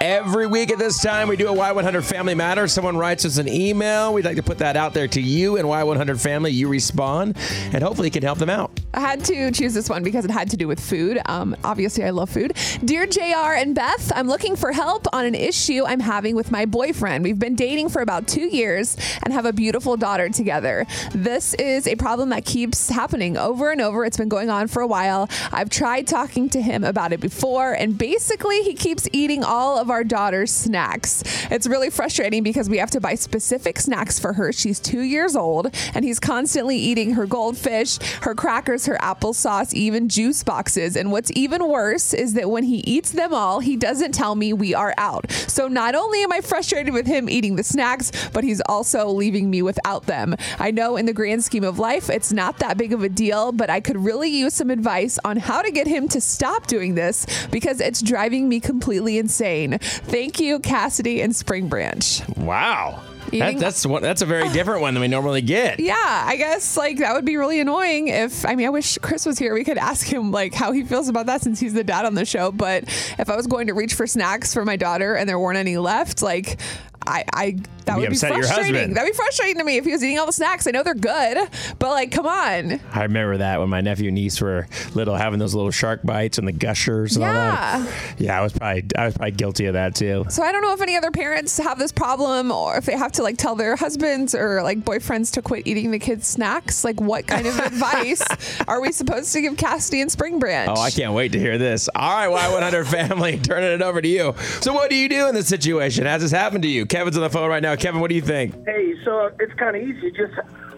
Every week at this time, we do a Y100 Family Matter. Someone writes us an email. We'd like to put that out there to you and Y100 Family. You respond, and hopefully, it can help them out. I had to choose this one because it had to do with food. Um, obviously, I love food. Dear JR and Beth, I'm looking for help on an issue I'm having with my boyfriend. We've been dating for about two years and have a beautiful daughter together. This is a problem that keeps happening over and over. It's been going on for a while. I've tried talking to him about it before, and basically, he keeps eating all of our daughter's snacks. It's really frustrating because we have to buy specific snacks for her. She's two years old, and he's constantly eating her goldfish, her crackers her applesauce, even juice boxes. And what's even worse is that when he eats them all, he doesn't tell me we are out. So not only am I frustrated with him eating the snacks, but he's also leaving me without them. I know in the grand scheme of life, it's not that big of a deal, but I could really use some advice on how to get him to stop doing this because it's driving me completely insane. Thank you, Cassidy and Spring Branch. Wow. That, Eating- that's one, that's a very different one than we normally get. Yeah, I guess like that would be really annoying if I mean I wish Chris was here. We could ask him like how he feels about that since he's the dad on the show. But if I was going to reach for snacks for my daughter and there weren't any left, like I, I that You'd be would be upset at your frustrating. husband. That'd be frustrating to me if he was eating all the snacks. I know they're good, but like come on. I remember that when my nephew and niece were little, having those little shark bites and the gushers and all Yeah. that. Yeah, I was probably I was probably guilty of that too. So I don't know if any other parents have this problem or if they have to like tell their husbands or like boyfriends to quit eating the kids' snacks. Like what kind of advice are we supposed to give Cassidy and Spring Branch? Oh, I can't wait to hear this. All right, Y100 family, turning it over to you. So, what do you do in this situation? Has this happened to you? Kevin's on the phone right now. Kevin, what do you think? Hey, so it's kind of easy. Just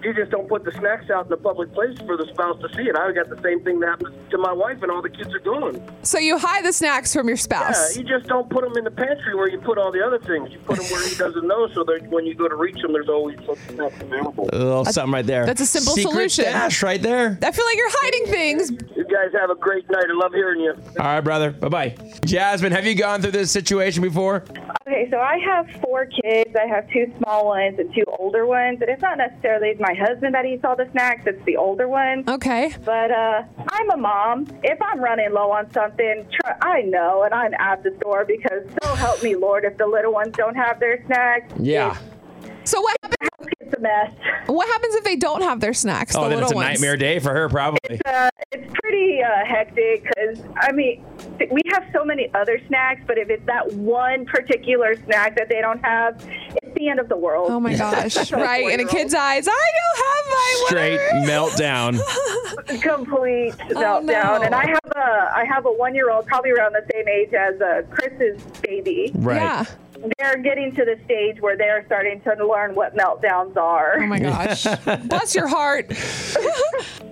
you just don't put the snacks out in a public place for the spouse to see it. I got the same thing that happened to my wife, and all the kids are gone. So you hide the snacks from your Yeah, spouse. you just don't put them in the pantry where you put all the other things. You put them where he doesn't know, so that when you go to reach them, there's always something that's available. A little something right there. that's a simple Secret solution. Dash right there. I feel like you're hiding things. You guys have a great night. I love hearing you. All right, brother. Bye bye. Jasmine, have you gone through this situation before? Okay, so I have four kids. I have two small ones and two older ones. And it's not necessarily my husband that eats all the snacks, it's the older one. Okay. But uh, I'm a mom. If I'm running low on something, try, I know, and I'm at the store because so help me, Lord, if the little ones don't have their snacks, Yeah. So what happens? it's a mess. What happens if they don't have their snacks? Oh, the then little it's a ones. nightmare day for her, probably. Uh, it's pretty uh, hectic because, I mean, th- we have so many other snacks, but if it's that one particular snack that they don't have, it's the end of the world. Oh my gosh! right in a Four-year-old. kid's eyes, I don't Straight have my water. meltdown. complete meltdown. Oh, no. And I have a I have a one year old, probably around the same age as uh, Chris's baby. Right. Yeah. They're getting to the stage where they are starting to learn what meltdowns are. Oh my gosh! Bless your heart.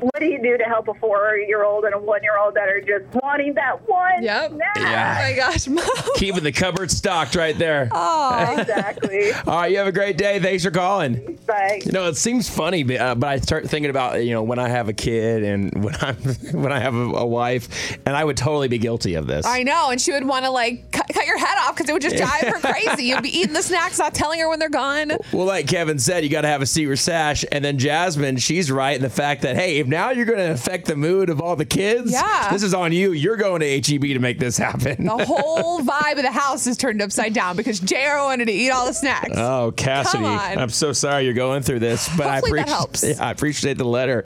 what do you do to help a four year old and a one year old that are just wanting that one? Yep. snack? Yeah. Oh my gosh, Mom. Keeping the cupboard stocked right there. Oh. Exactly. All right, you have a great day. Thanks for calling. Like, You know, it seems funny, but, uh, but I start thinking about you know when I have a kid and when I'm when I have a, a wife, and I would totally be guilty of this. I know, and she would want to like cut, cut your head off because it would just drive her crazy. You'd be eating the snacks, not telling her when they're gone. well, like Kevin said, you got to have a secret stash, and then Jasmine, she's right in the fact that hey, if now you're going to affect the mood of all the kids, Yeah. Oh, this is on you. You're going to HEB to make this happen. The whole vibe of the house is turned upside down because JR wanted to eat all the snacks. Oh, Cassidy, Come on. I'm so sorry you're going through this, but I Hopefully appreciate that helps. yeah, I appreciate the letter.